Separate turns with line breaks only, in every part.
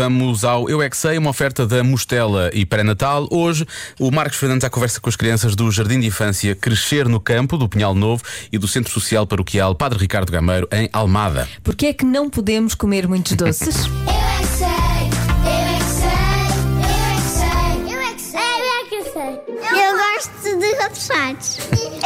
Vamos ao Eu é que Sei, uma oferta da Mostela e Pré-Natal. Hoje, o Marcos Fernandes à conversa com as crianças do Jardim de Infância Crescer no Campo, do Pinhal Novo e do Centro Social Paroquial Padre Ricardo Gameiro, em Almada.
Porque é que não podemos comer muitos doces?
Eu é que sei, eu é que sei, eu é que sei, eu é que sei, eu é que sei, eu é que sei. Eu gosto de rabiscados.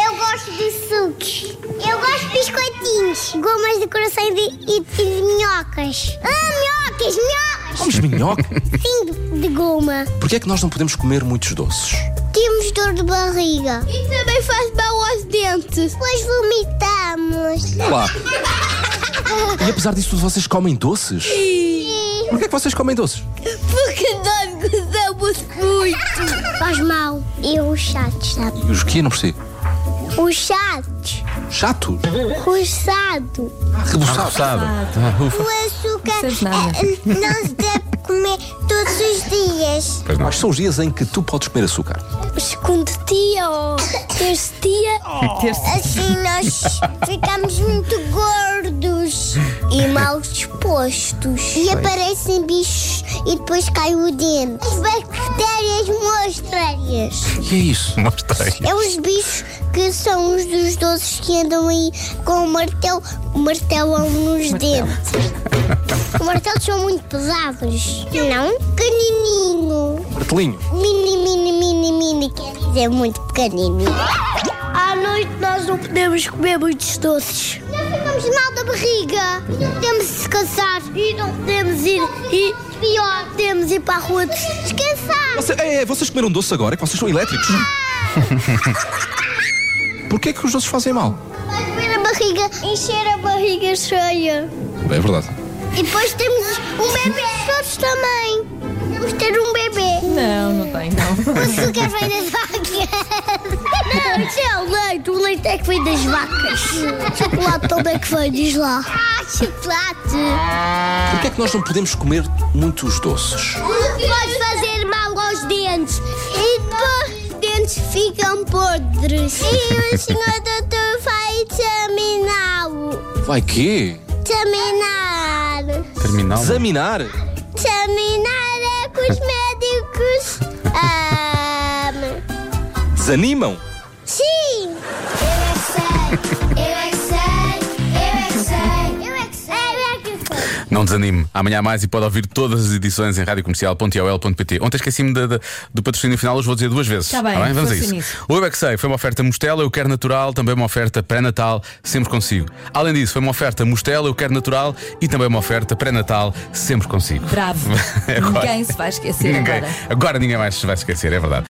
Eu gosto de sucos. Eu gosto de biscoitinhos. Gomas de coração de, e, de minhocas. Ah, minhocas, minhocas!
Comes minhoca?
Sim, de goma.
Porquê é que nós não podemos comer muitos doces?
Temos dor de barriga. E também faz mal aos dentes. Pois vomitamos.
Olá! E apesar disso, tudo, vocês comem doces? Porquê é que vocês comem doces?
Porque nós gozamos muito. Faz mal. E os chatos, sabe?
E os que não percebo?
Os chatos.
Chato?
Roçado.
Rebuçado?
Ah, ufa.
O açúcar
Não sei nada.
eh, não se deve comer todos os dias.
Pois não.
Quais são os dias em que tu podes comer açúcar?
Segundo dia ou terceiro dia. Assim nós ficamos muito gordos e mal dispostos. E aparecem bichos e depois cai o dente. As bactérias mostras.
O que é isso?
Mostrei.
É os bichos que são os dos doces que andam aí com o martelo, martelam nos dentes. Os martelos são muito pesados. Não? Pequenininho.
Martelinho?
Mini, mini, mini, mini. Quer dizer, muito pequenininho. À noite nós não podemos comer muitos doces. Já ficamos mal da barriga. E não podemos descansar. E não podemos ir. E pior, podemos ir para a rua descansar.
Você- é, é, vocês comeram doce agora? Que vocês são elétricos? Porquê é que os doces fazem mal?
Vai comer a barriga, encher a barriga cheia.
É verdade.
E depois temos um bebê. Todos também. Vamos ter um bebê.
Não, não tem, não.
O açúcar vem das vacas. Não, isso é o leite. O leite é que vem das vacas. Chocolate também que vem, diz lá. Ah, chocolate.
Porquê é que nós não podemos comer muitos doces?
Pode fazer mal aos dentes. E depois os dentes ficam podres. E o senhor doutor vai examiná-lo.
Vai quê?
Examinar.
Terminal.
Examinar?
Examinar é que os médicos ah, amam.
Desanimam?
Sim! Eu é que sei, eu é que sei, eu é que sei, eu é que sei.
Não desanime. Amanhã há mais e pode ouvir todas as edições em radiocomercial.ol.pt. Ontem esqueci-me da- da- do patrocínio final, hoje vou dizer duas vezes.
Tá bem,
Vamos a
força
isso.
nisso.
O Eu é que Sei foi uma oferta Mostela, eu quero natural, também uma oferta pré-natal, sempre consigo. Além disso, foi uma oferta Mostela, eu quero natural e também uma oferta pré-natal, sempre consigo.
Bravo.
Agora-
Ninguém se vai esquecer
Ninguém-
agora.
agora ninguém mais se vai esquecer, é verdade.